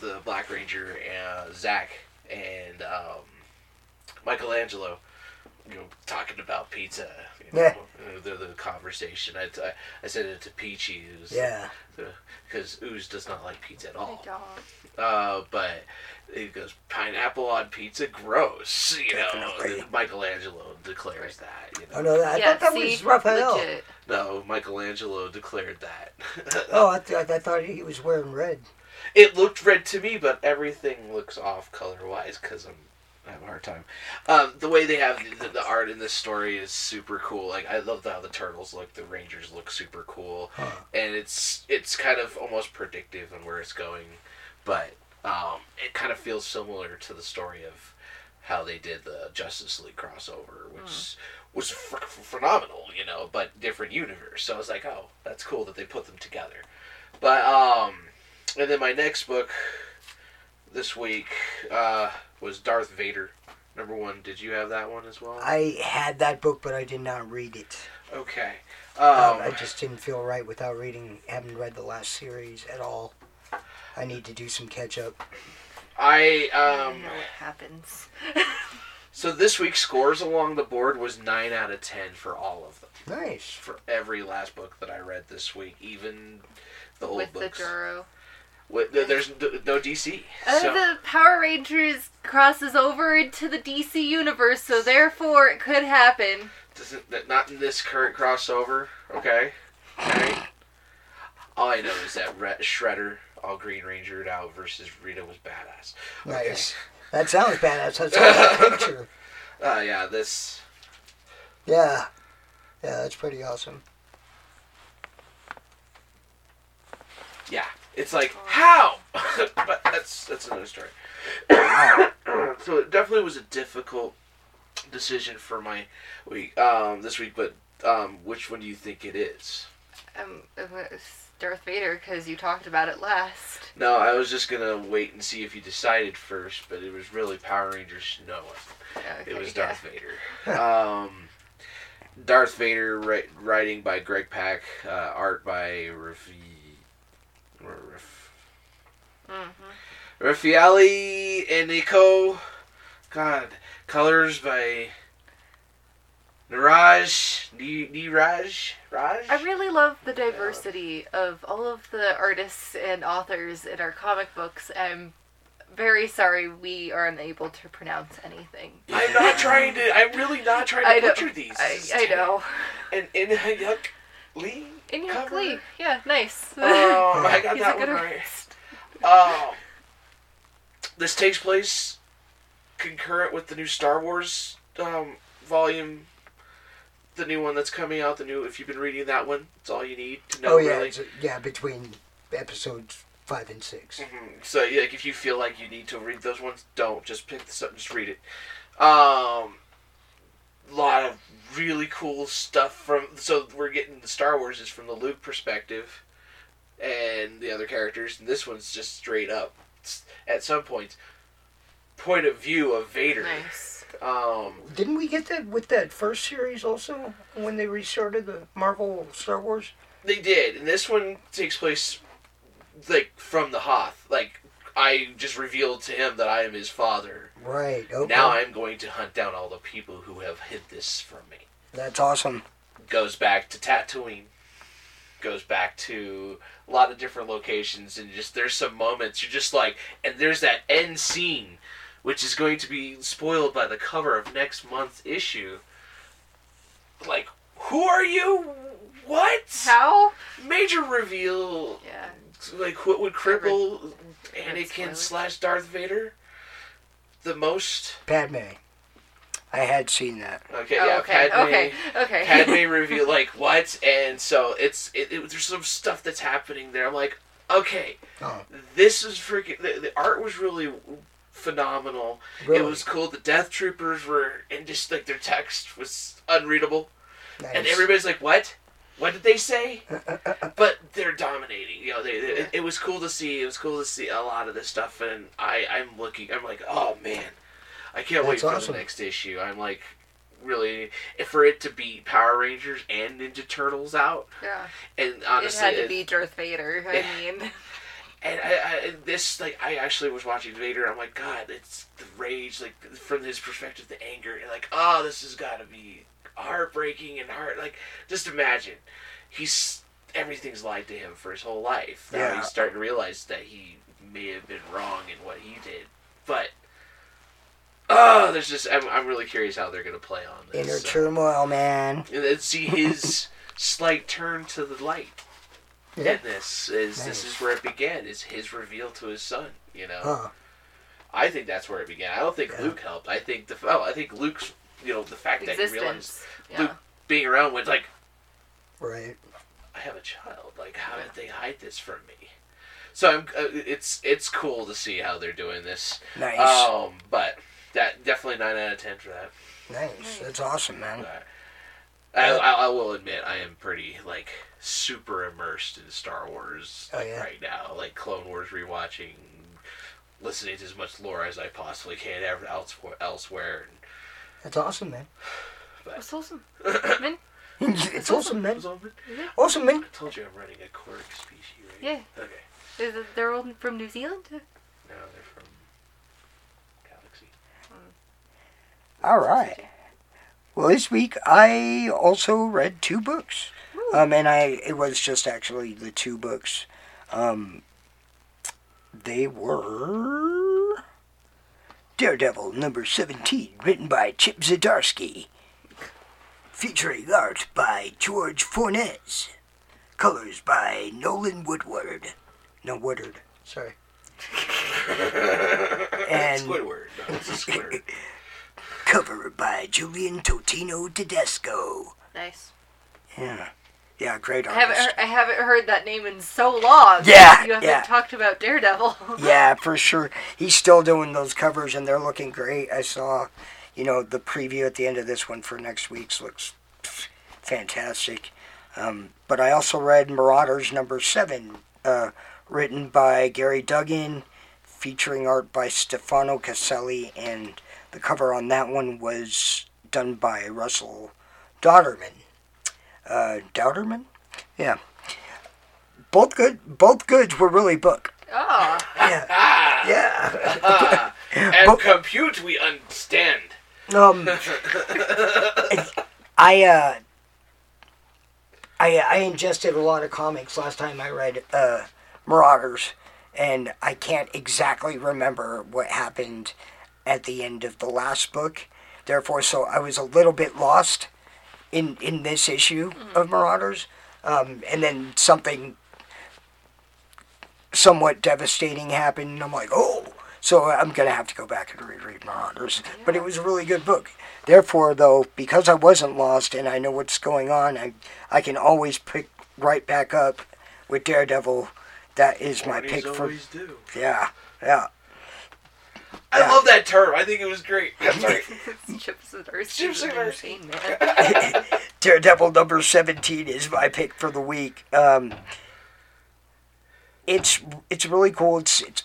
the Black Ranger, uh, Zach, and um, Michelangelo, you know, talking about pizza. You know,
Yeah.
uh, the, the conversation. I, I, I said it to Peachy,
Yeah.
because Ooze does not like pizza at
Hey,
all.
dog.
Uh, but he goes, pineapple on pizza, gross. You know,
Definitely.
Michelangelo declares that. You know,
Oh no, that, I
yeah,
thought that
see?
was Raphael.
Legit.
no, Michelangelo declared that.
Oh, I, th- I thought he was wearing red.
It looked red to me, but everything looks off color wise because I'm I have a hard time. Um, the way they have the, the, the art in this story is super cool. Like I love how the turtles look, the rangers look super cool,
Huh.
and it's it's kind of almost predictive on where it's going, but um, it kind of feels similar to the story of how they did the Justice League crossover, which was fr- phenomenal, you know, but different universe. So I was like, oh, that's cool that they put them together. But um, and then my next book this week uh, was Darth Vader. Number one, did you have that one as well?
I had that book, but I did not read it.
okay.
Um,
Um,
I just didn't feel right without reading, haven't read the last series at all. I need to do some catch up.
I
I
um.
know what happens.
So this week's scores along the board was nine out of ten for all of them.
Nice.
For every last book that I read this week, even the old
With
books.
the Duro.
With- th- there's d- no DC.
Uh,
so-
the Power Rangers crosses over into the DC universe, so therefore it could happen.
doesn't that not in this current crossover, okay? Alright. All I know is that Re- Shredder, all Green Rangered out versus Rita was badass. Okay.
Nice. That sounds badass. That sounds like a picture.
Uh, yeah, this
Yeah. Yeah, that's pretty awesome.
yeah, it's like how, but that's that's another story. so it definitely was a difficult decision for my week um, this week, but um, which one do you think it is?
Um, it was Darth Vader, because you talked about it last.
No, I was just gonna wait and see if you decided first, but it was really Power Rangers. No, it
Okay,
was
yeah.
Darth Vader. Um, Darth Vader ri- writing by Greg Pak, uh, art by Rafi, or Raf,
Mm-hmm.
Raffaele Enico. God, colors by Niraj, Ni- Niraj, Raj.
I really love the diversity of all of the artists and authors in our comic books. I'm very sorry we are unable to pronounce anything.
I'm not trying to. I'm really not trying to
I know-
butcher these.
I,
This is
I know.
And in Hayuk Lee.
In your
Cover.
glee. Yeah, nice.
Oh, I got
He's
that
a good
one right.
artist.
Um, this takes place concurrent with the new Star Wars um, volume, the new one that's coming out. The new, if you've been reading that one, it's all you need to know.
oh yeah,
really.
it's- yeah, between episodes five and six.
Mhm. So yeah, like, if you feel like you need to read those ones, don't just pick this up. Just read it. Um, lot of really cool stuff from. So we're getting the Star Wars is from the Luke perspective, and the other characters. And this one's just straight up. s- At some points, point of view of Vader.
Nice.
Um,
Didn't we get that with that first series also when they restarted the Marvel Star Wars?
They did, and this one takes place like from the Hoth. Like I just revealed to him that I am his father.
Right. Okay.
Now I'm going to hunt down all the people who have hid this from me.
That's awesome.
Goes back to Tatooine. Goes back to a lot of different locations, and just there's some moments you're just like, and there's that end scene, which is going to be spoiled by the cover of next month's issue. Like, who are you? What?
How?
Major reveal.
Yeah.
Like, what would cripple
Spoiler.
Anakin slash Darth Vader the most?
Padme. I had seen that.
Okay,
Oh,
yeah,
okay.
Padme.
okay. Okay.
Padme reveal like what, and so it's it, it. There's some stuff that's happening there. I'm like, okay,
Oh,
this is freaking. The, the art was really phenomenal.
really?
It was cool. The Death Troopers were, and just like their text was unreadable,
nice.
and everybody's like, what? What did they say? but they're dominating. You know, they, they- it, it was cool to see. It was cool to see a lot of this stuff, and I, I'm looking. I'm like, oh man, I can't wait
That's
for
awesome.
the next issue. I'm like, really, for it to be Power Rangers and Ninja Turtles out,
yeah.
and
It
honestly,
had to
it-
be Darth Vader. I mean,
and I, I, and this like I actually was watching Vader. I'm like, God, it's the rage, like from his perspective, the anger, and like, oh, this has got to be heartbreaking and heart. Like, just imagine, he's everything's lied to him for his whole life. Now
Yeah.
he's starting to realize that he may have been wrong in what he did, but. Oh, there's just I'm, I'm really curious how they're gonna play on this.
Inner
so.
turmoil, man.
And then see his slight turn to the light.
Yeah.
And this is
Nice.
this is where it began. Is his reveal to his son? You know,
Huh.
I think that's where it began. I don't think
Yeah.
Luke helped. I think the oh, I think Luke's you know the fact that he realized
existence. Yeah.
Luke being around was like
Right.
I have a child. Like how did they hide this from me? So I'm, uh, it's it's cool to see how they're doing this.
Nice.
Um, but that definitely nine out of ten for that.
nice. That's awesome, man.
But I, I, I will admit I am pretty like super immersed in Star Wars
Oh,
like,
yeah?
right now. Like Clone Wars rewatching, listening to as much lore as I possibly can ever elsewhere. elsewhere.
That's awesome, man.
That's awesome.
it's awesome, man.
I
Awesome, man.
told you I'm running a cork species, right?
Yeah.
Okay.
Is it- They're all from New Zealand.
No, they're from Galaxy.
All right. Well, this week I also read two books, um, and I it was just actually the two books. Um, they were Daredevil number seventeen, written by Chip Zdarsky, featuring art by George Fornes, colors by Nolan Woodward. No Woodard, sorry. And-
Squidward. No, it's a Squidward.
Cover by Julian Totino Tedesco.
Nice.
Yeah. Yeah, great
I
artist.
haven't heard, I haven't heard that name in so long.
Yeah,
You haven't
yeah.
talked about Daredevil.
yeah, for sure. He's still doing those covers and they're looking great. I saw, you know, the preview at the end of this one for next week's looks fantastic. Um, but I also read Marauders number seven, uh, written by Gary Duggan, featuring art by Stefano Caselli, and the cover on that one was done by Russell Dodderman. Uh, Dowderman? Yeah. Both good. Both goods were really book.
Oh,
Yeah.
Ah!
Yeah.
Ah! and
But-
compute we understand.
Um, I uh, I I ingested a lot of comics last time I read uh, Marauders, and I can't exactly remember what happened at the end of the last book. Therefore, so I was a little bit lost in in this issue of Marauders, um, and then something somewhat devastating happened. And I'm like, oh. So I'm gonna have to go back and reread Marauders, but it was a really good book. Therefore, though, because I wasn't lost and I know what's going on, I I can always pick right back up with Daredevil. That is my
Warnies
pick for
always do.
yeah, yeah.
I
Yeah.
love that term. I think it was great. That's right.
it's Chips and Earth.
Chips and Earth.
man.
Daredevil number 17 is my pick for the week. Um, it's it's really cool. It's it's,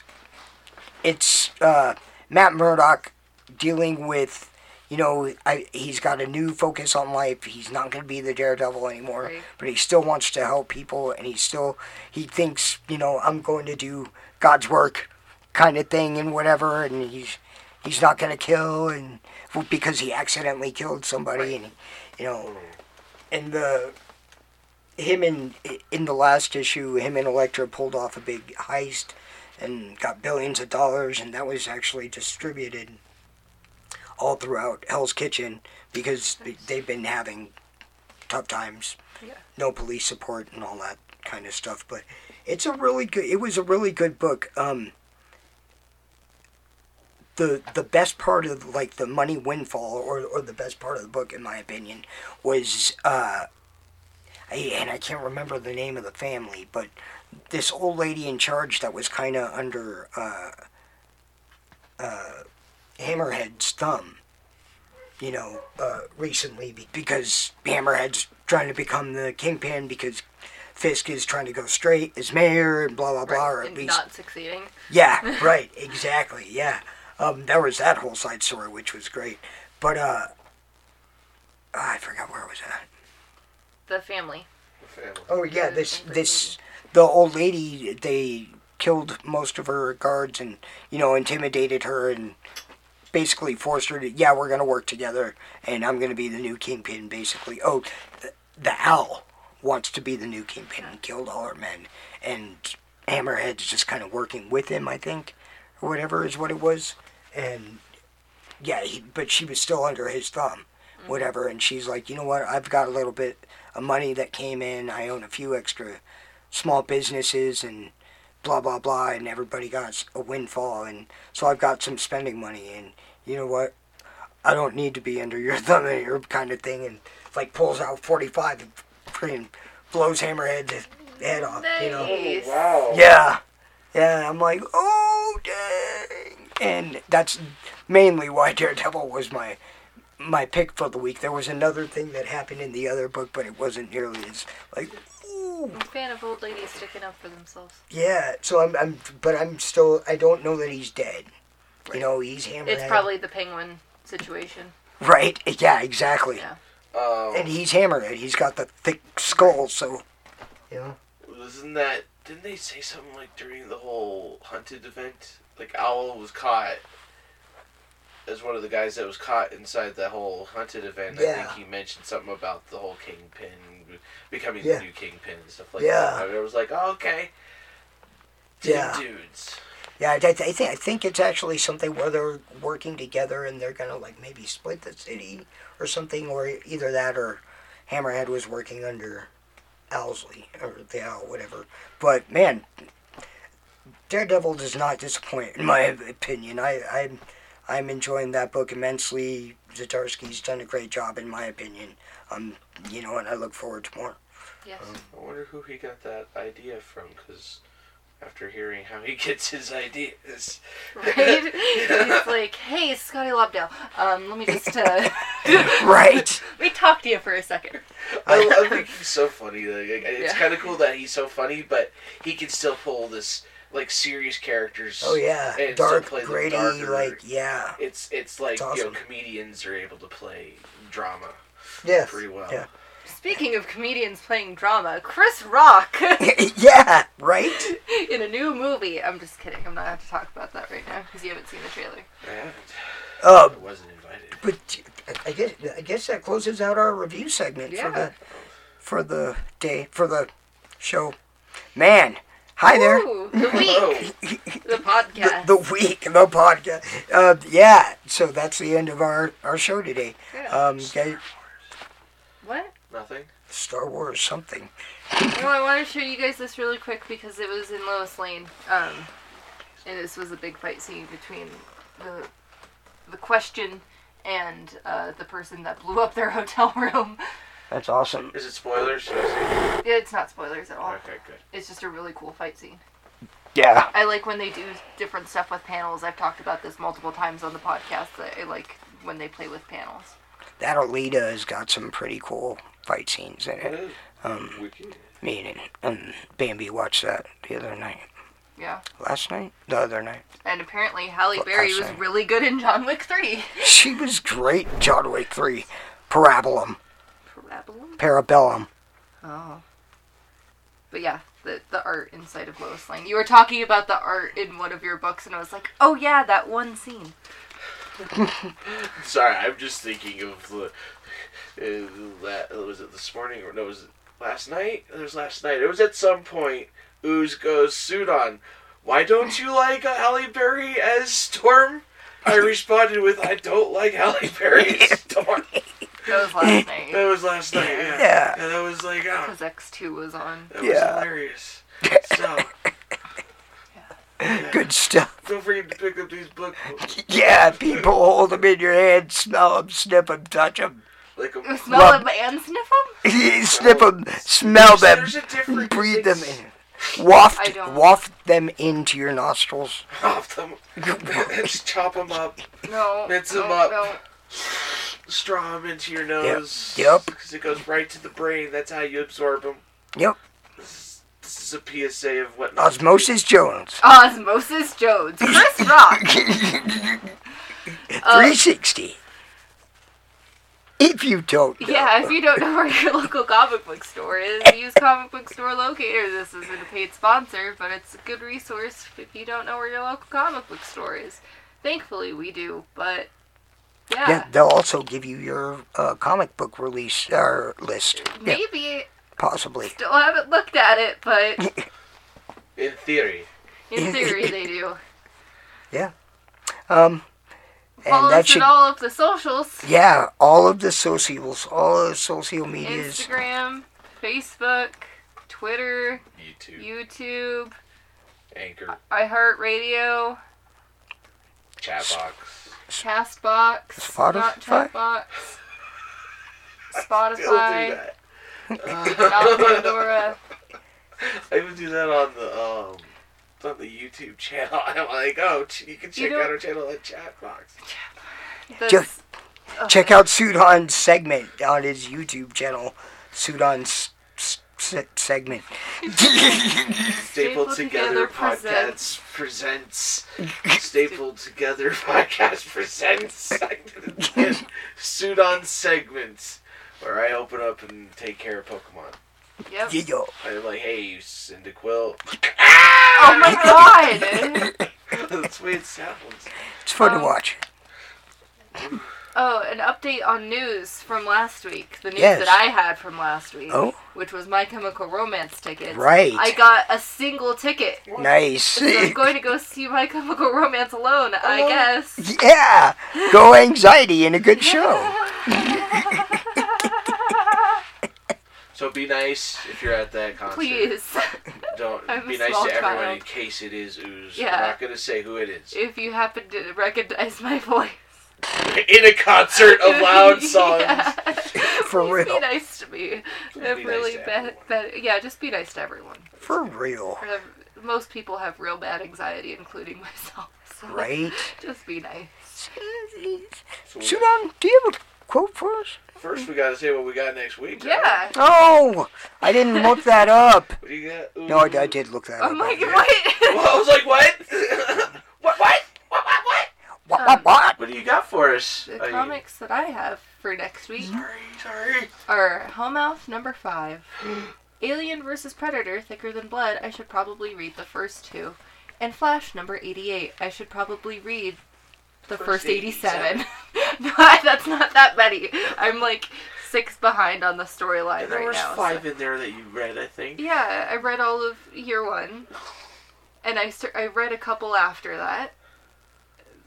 it's uh, Matt Murdock dealing with you know I, he's got a new focus on life. He's not going to be the Daredevil anymore,
Right.
but he still wants to help people, and he still he thinks you know I'm going to do God's work kind of thing and whatever, and he's he's not going to kill and well, because he accidentally killed somebody and you know and the him in in the last issue him and Elektra pulled off a big heist and got billions of dollars and that was actually distributed all throughout Hell's Kitchen because they- they've been having tough times
Yeah.
no police support and all that kind of stuff but it's a really good it was a really good book um the the best part of like the money windfall or, or the best part of the book in my opinion was uh I, and I can't remember the name of the family but this old lady in charge that was kind of under uh uh Hammerhead's thumb you know uh recently be- because Hammerhead's trying to become the kingpin because Fisk is trying to go straight as mayor and blah blah blah or
Right,
at
and
least
not succeeding.
yeah, right, exactly. Yeah, um, there was that whole side story, which was great. But uh, I forgot where it was at.
The family.
Oh yeah,
Yeah,
this
I think
this the old lady they killed most of her guards and you know intimidated her and basically forced her to yeah we're gonna work together and I'm gonna be the new kingpin basically. Oh, the, the owl wants to be the new kingpin and killed all her men and Hammerhead's just kind of working with him I think or whatever is what it was and yeah he, but she was still under his thumb
Mm-hmm.
whatever and she's like you know what I've got a little bit of money that came in. I own a few extra small businesses and blah blah blah, and everybody got a windfall, and so I've got some spending money, and you know what? I don't need to be under your thumb and your kind of thing, and like pulls out forty five and freaking blows Hammerhead the head off, you know?
Nice.
Oh, wow.
Yeah, yeah. I'm like, oh dang, and that's mainly why Daredevil was my my pick for the week. There was another thing that happened in the other book, but it wasn't nearly as like, ooh,
I'm a fan of old ladies sticking up for themselves.
yeah. So I'm, I'm, but I'm still, I don't know that he's dead. You know, he's hammered.
It's probably the penguin situation.
right. Yeah, exactly.
Yeah.
And
Um,
he's hammered. He's got the thick skull, so. You know.
wasn't that? Didn't they say something like during the whole hunted event? Like Owl was caught as one of the guys that was caught inside the whole hunted event. I
Yeah.
think he mentioned something about the whole kingpin becoming
Yeah.
the new kingpin and stuff like
Yeah.
that. I was like, oh, okay. Two
Yeah.
dudes.
Yeah, I, I, think I think it's actually something where they're working together and they're gonna like maybe split the city or something, or either that or Hammerhead was working under Owlsley or the Owl, whatever. But man, Daredevil does not disappoint in my opinion. I I'm I'm enjoying that book immensely. Zdarsky's done a great job in my opinion. Um, you know, and I look forward to more.
Yes.
Oh.
I wonder who he got that idea from, because after hearing how he gets his ideas.
Right? He's like, hey, Scotty Lobdell, um, let me just, uh,
Right.
let me talk to you for a second.
I, I think he's so funny. Like, like, it's
Yeah.
kind of cool that he's so funny, but he can still pull this like serious characters.
Oh yeah,
And still
dark,
play the
gritty,
darker-
like yeah.
It's it's like
It's
you know
awesome.
comedians are able to play drama.
Yeah.
pretty well.
Yeah.
Speaking of comedians playing drama, Chris Rock
yeah, right?
in a new movie. I'm just kidding. I'm not going to talk about that right now because you haven't seen the trailer.
I haven't.
Um,
I wasn't invited.
But I guess I guess that closes out our review segment for
Yeah.
the for the day for the show. Man, hi there.
Ooh, the
Hello.
week, the podcast.
The, the week, the podcast. Uh, yeah, so that's the end of our, our show today.
Yeah.
Um, guys,
what?
Nothing.
Star Wars something.
Well, I want to show you guys this really quick because it was in Lois Lane, um, and this was a big fight scene between the the question and uh, the person that blew up their hotel room.
That's awesome.
Is it spoilers? Should
Um,
I
It's not spoilers at
say?
all.
Okay, good.
It's just a really cool fight scene.
Yeah.
I like when they do different stuff with panels. I've talked about this multiple times on the podcast. That I like when they play with panels.
That Alita has got some pretty cool fight scenes in it. Um,
We can-
me and, and Bambi watched that the other night.
Yeah,
Last night? The other night.
and apparently Halle
Well,
Berry was
actually-
really good in John Wick Three.
She was great, in John Wick 3. Parabolum.
Parabolum.
Parabellum.
Oh. But yeah, the the art inside of Lois Lane. You were talking about the art in one of your books, and I was like, oh yeah, that one scene.
Sorry, I'm just thinking of the. Uh, that was it this morning or no? Was it last night? It was last night. It was at some point. Ooze goes suit on. Why don't you like uh, Halle Berry as Storm? I responded with, "I don't like Halle Berry as Storm."
That was last
That
night.
was last night. Yeah.
Yeah.
And I was like, oh,
Because X two was on.
that
Yeah.
was hilarious. So
Good stuff.
don't forget to pick up these book
Yeah, people hold them in your hand, smell them, snip them, touch them.
like a,
Smell
Well-
them and sniff them.
snip them, smell them,
There's a difference.
breathe them
It's-
in. Waft,
I don't.
waft them into your nostrils.
off them. Just chop them up.
No.
Mix
no,
'em up.
No.
straw them into your nose.
Yep.
Because it goes right to the brain. That's how you absorb them.
Yep.
This is, this is a PSA of what. not to do.
Osmosis Jones.
Osmosis Jones, Chris
Ah.
Rock.
Uh,
360. If you don't know.
Yeah, if you don't know where your local comic book store is, use Comic Book Store Locator. This isn't a paid sponsor, but it's a good resource if you don't know where your local comic book store is. Thankfully, we do, but yeah,
Yeah, they'll also give you your uh, comic book release uh, list,
maybe
possibly.
still haven't looked at it, but
In theory.
in theory they do.
Um,
Follow
and that
us
should,
at all of the socials:
yeah, all of the socials, all of the social medias.
Instagram, Facebook, Twitter,
YouTube,
YouTube,
Anchor,
iHeartRadio,
Chatbox.
Castbox, not
Spotify?
Chatbox,
Still do
Spotify,
that.
not Pandora.
I even do that on the um on the YouTube channel. I'm like, oh, ch- you can
You
check
don't-
out our channel at Chatbox.
That's-
Just-
oh,
Check out Sudan's segment on his YouTube channel, Sudan's s- s- segment.
Stapled,
Stapled
Together,
Together
Podcast presents. Stapled Together Podcast presents. I did it again. Suit on segments where I open up and take care of Pokemon.
Yep.
Yo.
I'm like, hey, you Cyndaquil.
Oh my god!
That's the way it sounds.
It's fun
Um,
to watch.
Oh, an update on news from last week. The news
Yes.
that I had from last week,
Oh.
which was My Chemical Romance tickets.
Right.
I got a single ticket.
nice.
So I'm going to go see My Chemical Romance alone, I
Oh.
guess.
yeah. Go anxiety in a good show.
So be nice if you're at that concert.
Please.
Don't
I'm
be
a
nice
small
to everyone
child.
in case it is ooze.
Yeah.
We're not gonna say who it is.
if you happen to recognize my voice.
in a concert of loud songs.
Yeah.
For
Please Be
real.
nice to me.
Please
I've
be nice
really
to
bad,
everyone.
bad, yeah, just be nice to everyone.
For real.
I have- Most people have real bad anxiety, including myself. So
Right?
Just be nice.
So we-
Sudan, do you have a quote for us?
first, we gotta say what we got next week. right?
Yeah.
Oh, I didn't look that up.
What do you got?
No, I,
Ooh.
I did look that
I'm
up.
like, what?
Well, I was like, what? what? What? What? What? What?
Wah, wah, wah.
What do you got for us? course.
The
I mean-
comics that I have for next week
Sorry, sorry.
are Hellmouth number five, Alien vs. Predator, Thicker Than Blood. I should probably read the first two, and Flash number 88. I should probably read the
First
first, 87. no, I- that's not that many. I'm like six behind on the storyline
And there
right
was
now. so-
five in there that you read, I think.
Yeah, I read all of year one, and I st- I read a couple after that.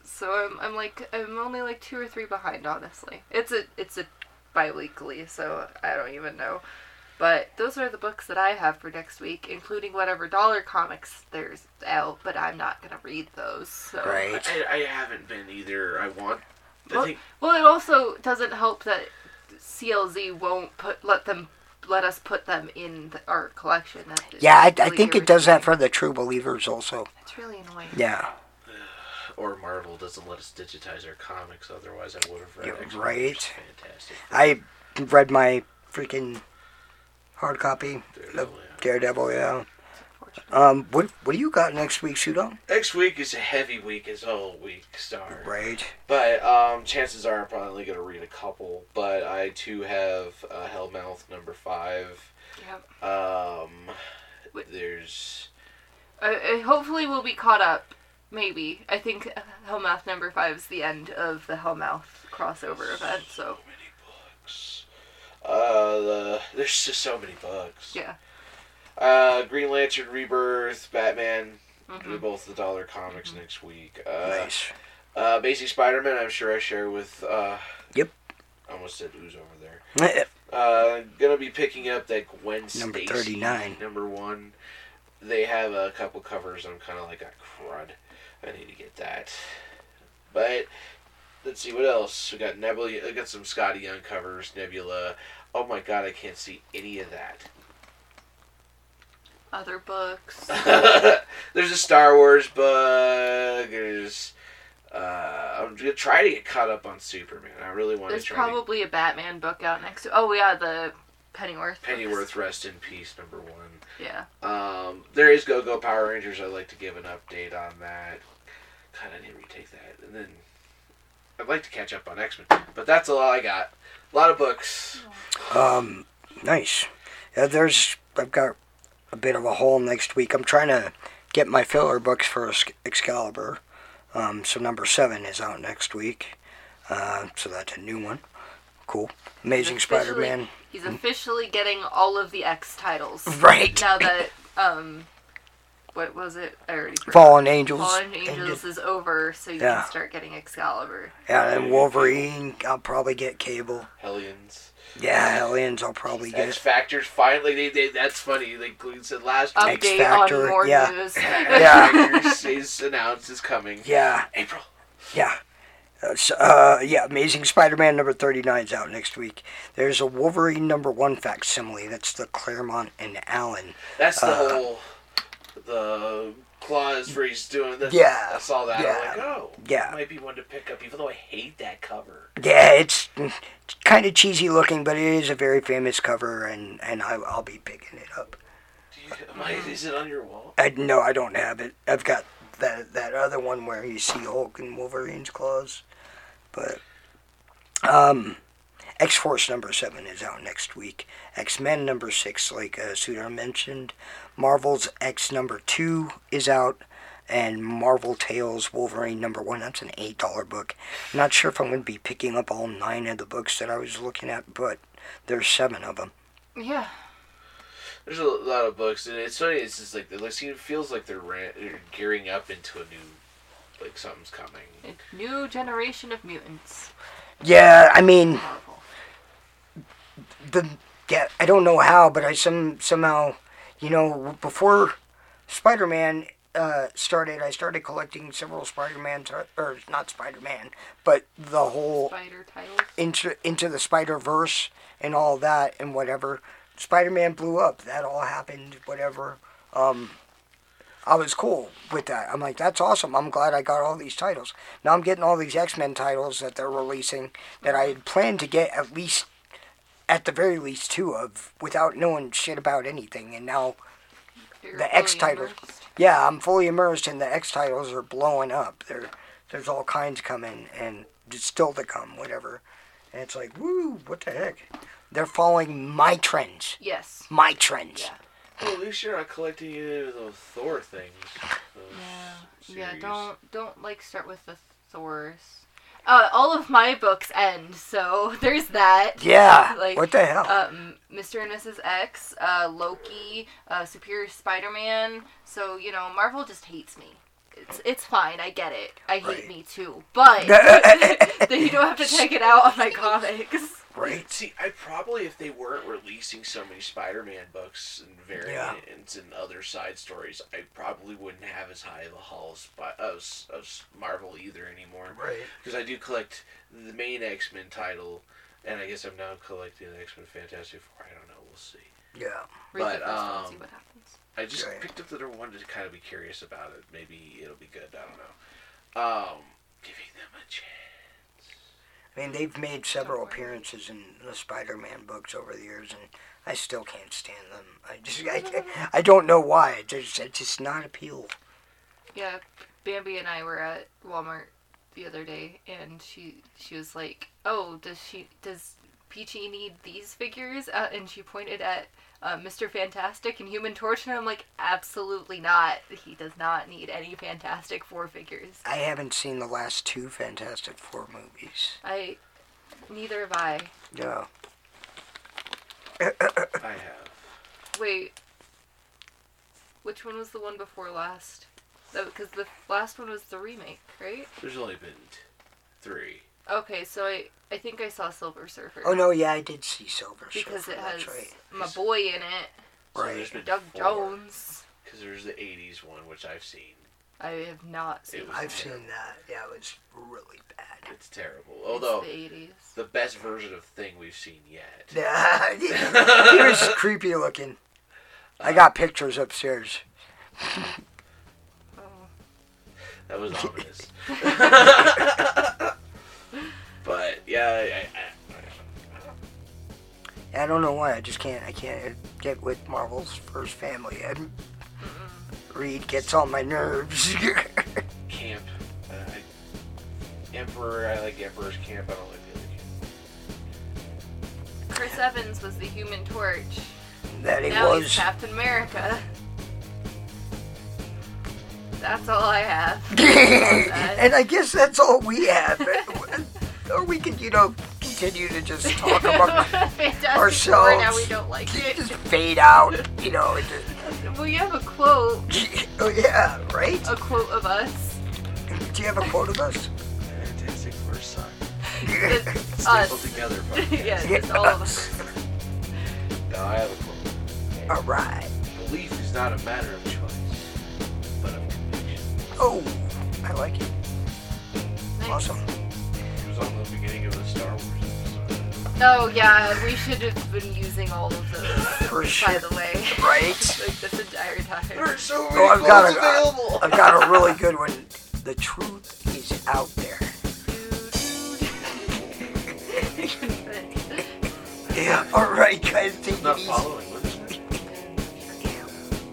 So I'm I'm like I'm only like two or three behind, honestly. It's a it's a biweekly, so I don't even know. But those are the books that I have for next week, including whatever dollar comics there's out. But I'm not gonna read those. So.
Right.
I, I haven't been either. I want. I
Well-
think
Well, it also doesn't help that CLZ won't put let them let us put them in the, our collection. That is
Yeah, I, I
really
think it does that
irritating.
for the true believers also.
It's really annoying.
Yeah,
or Marvel doesn't let us digitize our comics. Otherwise, I would have read.
You're
X-Men,
right.
which is Fantastic.
I read my freaking hard copy
Daredevil, yeah.
Daredevil. Yeah.
Unfortunately.
Um, what what do you got next week, Sudo?
Next week is a heavy week, as all weeks are.
Right.
But um, chances are I'm probably only going to read a couple. But I too have uh, Hellmouth number five.
Yeah.
Um,
Wait.
there's
I, I- Uh, hopefully, we'll be caught up. Maybe. I think uh, Hellmouth number five is the end of the Hellmouth crossover event, so.
so many books. Uh, the, there's just so many books.
Yeah.
Uh, Green Lantern Rebirth, Batman. They're
mhm.
both the dollar comics
Mm-hmm.
next week. Uh,
Nice.
uh, Basic Spider-Man. I'm sure I share with. Uh,
Yep.
I almost said who's over there.
Eh,
Uh, gonna be picking up that Gwen Stacy.
Number 39.
Number one. They have a couple covers. I'm kind of like, ah, crud. I need to get that. But let's see what else. We got Nebula. I got some Scotty Young covers. Nebula. Oh my god, I can't see any of
Other books.
that. There's a Star Wars book. There's. Uh, I'm gonna try to get caught up on Superman. I really want to
There's
try. to-
probably a Batman book out next. Oh, yeah, the Pennyworth. books.
Pennyworth, rest in peace. Number one.
Yeah.
Um, there is Go Go Power Rangers. I'd like to give an update on that. God, I didn't retake that. And then I'd like to catch up on X Men, but that's all I got. A lot of books.
Um, nice. Yeah, there's I've got a bit of a hole next week. I'm trying to get my filler books for Exc- Excalibur. Um, so number seven is out next week. Uh, so that's a new one. Cool. Amazing
Officially-
Spider-Man.
He's officially getting all of the X titles.
Right.
Now that, um, what was it? I already forgot.
Fallen Angels.
Fallen
ended.
Angels is over, so you
Yeah.
can start getting Excalibur.
Yeah, and Wolverine. I'll probably get Cable.
Hellions.
Yeah, Aliens. I'll probably
X
get.
Factors. Finally, they, they that's funny. Like Glean said last week.
Update
Factor,
on more
yeah.
news.
Yeah.
X-Factors is announced is coming.
Yeah,
April.
yeah. Uh, s- Uh, yeah, Amazing Spider-Man number 39 is out next week. There's a Wolverine number one facsimile. That's the Claremont and Allen.
That's the
Uh,
whole the claws where he's doing this.
Yeah,
I saw that.
yeah,
I'm like, oh,
yeah.
might be one to pick up, even though I hate that cover.
Yeah, it's kind of cheesy looking, but it is a very famous cover, and and I, I'll be picking it up.
Do you, am I, is it on your wall?
I no, I don't have it. I've got that that other one where you see Hulk and Wolverine's claws, but um, X Force number seven is out next week. X Men number six, like uh, Sudar mentioned, Marvel's X number two is out, and Marvel Tales Wolverine number one. That's an eight dollar book. I'm not sure if I'm going to be picking up all nine of the books that I was looking at, but there's seven of them.
yeah.
There's a lot of books, and it's funny. It's just like it looks- it feels like they're, ran, they're gearing up into a new, like something's coming.
A new generation of mutants.
Yeah, I mean.
Marvel.
the yeah, I don't know how, but I some somehow, you know, before Spider-Man uh, started, I started collecting several Spider-Man or not Spider-Man, but the whole
Spider titles.
into into the Spider Verse and all that and whatever. Spider Man blew up. That all happened. Whatever. Um, I was cool with that. I'm like, that's awesome. I'm glad I got all these titles. Now I'm getting all these X Men titles that they're releasing that I had planned to get at least, at the very least, two of without knowing shit about anything. And now,
You're
The X
fully
titles.
immersed.
yeah, I'm fully immersed and the X titles are blowing up. They're There's all kinds coming, and it's still to come, whatever. And it's like, woo, what the heck? They're following my trends.
Yes.
My trends.
Yeah.
Well, Oh, at least you're not collecting any of those Thor things. Those
Yeah,
series.
don't don't like start with the Thors. Uh, all of my books end, so there's that.
Yeah.
like
what the hell?
um, Mr. and Mrs. X, uh, Loki, uh, Superior Spider-Man. So you know, Marvel just hates me. It's it's fine. I get it. I hate
Right.
me too. But then you don't have to check it out on my comics.
right.
See, I probably if they weren't releasing so many Spider-Man books and variants and other side stories, I probably wouldn't have as high of a haul of, Spi- of, s- of s- Marvel either anymore.
Right.
Because I do collect the main X-Men title, and I guess I'm now collecting the X-Men Fantastic Four. I don't know. We'll see.
Yeah.
Read the
But,
first one and see
um,
what happens.
I just
Right.
picked up the number one to kind of be curious about it. Maybe it'll be good. I don't know. Um, giving them a chance.
I mean, they've made several
Don't worry.
appearances in the Spider-Man books over the years, and I still can't stand them. I just, I, I don't know why. It just, it just not appeal.
Yeah, Bambi and I were at Walmart the other day, and she she was like, "Oh, does she does Peachy need these figures?" Uh, and she pointed at uh, Mr. Fantastic and Human Torch, and I'm like, "Absolutely not. He does not need any Fantastic Four figures.
I haven't seen the last two Fantastic Four movies.
I neither have I.
No.
I have.
Wait, which one was the one before last? Because the last one was the remake, right?
There's only been t- three.
Okay, so I I think I saw Silver Surfer.
Oh no, yeah, I did see Silver
because
Surfer.
it has
That's right.
my boy in it,
So
Right.
there's been
Doug
four.
Jones.
Because there's the 80s one, which I've seen.
I have not seen.
It was-
I've seen that. Yeah, it was really bad.
It's terrible.
It's
Although,
the eighties.
the best version of Thing we've seen yet.
Yeah, he was creepy looking. I got pictures upstairs.
Oh.
That was ominous. but, yeah, I, I,
I don't know why. I just can't. I can't get with Marvel's first family. And
Mm-hmm.
Reed gets on my nerves.
I camp. Uh, I, Emperor, I like Emperor's camp. I don't like the other camp.
Chris Evans was the Human Torch.
that he
now he's
was.
Captain America. That's all I have.
and I guess that's all we have. or we could, you know, continue to just talk about.
Fantastic Four,
ourselves.
Now we don't like it.
Just fade out, you know. it
Well, you have a quote,
just- oh yeah, right.
a quote of us.
Do you have a quote of us?
Fantastic Four suck.
It's
Stapled
us.
together. podcast.
yeah, it's all of us.
No, I have a quote.
All right.
Belief is not a matter of choice, but of conviction.
Oh, I like it.
Nice.
Awesome.
It was on the beginning of the Star Wars episode.
Oh yeah, we should have been using all of those.
For
By
sure.
the way,
Right.
like this entire
There
time.
are so many
Oh, I've got
quotes
a-
available.
I've got a really good one. The truth is out there. Yeah. All right, guys. Take it
not
easy.
following. What is that?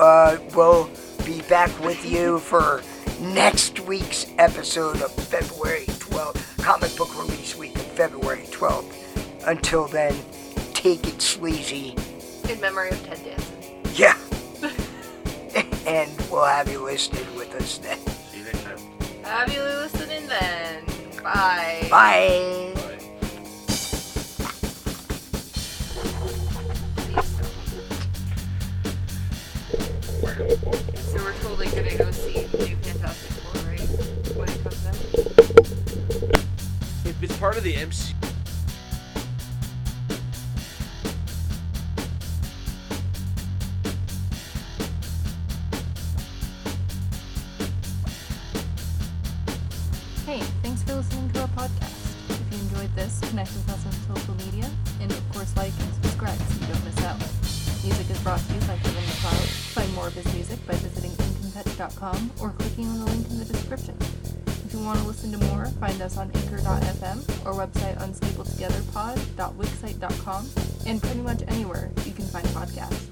Uh, we'll be back with you for next week's episode of February 12th, comic book release week of February 12th. Until then, take it sleazy.
In memory of Ted Danson.
Yeah. and we'll have you listed with us then.
See you next time.
Have you listening then? Bye.
Bye.
Bye.
So we're totally gonna go see New Fantastic Four, right? When it comes out.
If it's part of the MC.
Hey, thanks for listening to our podcast. If you enjoyed this, connect with us on social media, and of course, like and subscribe so you don't miss out. Music is brought to you by Kevin McLeod. Find more of his music by visiting incompetech.com or clicking on the link in the description. If you want to listen to more, find us on anchor.fm or website unstapletogetherpod.wixsite.com and pretty much anywhere you can find podcasts.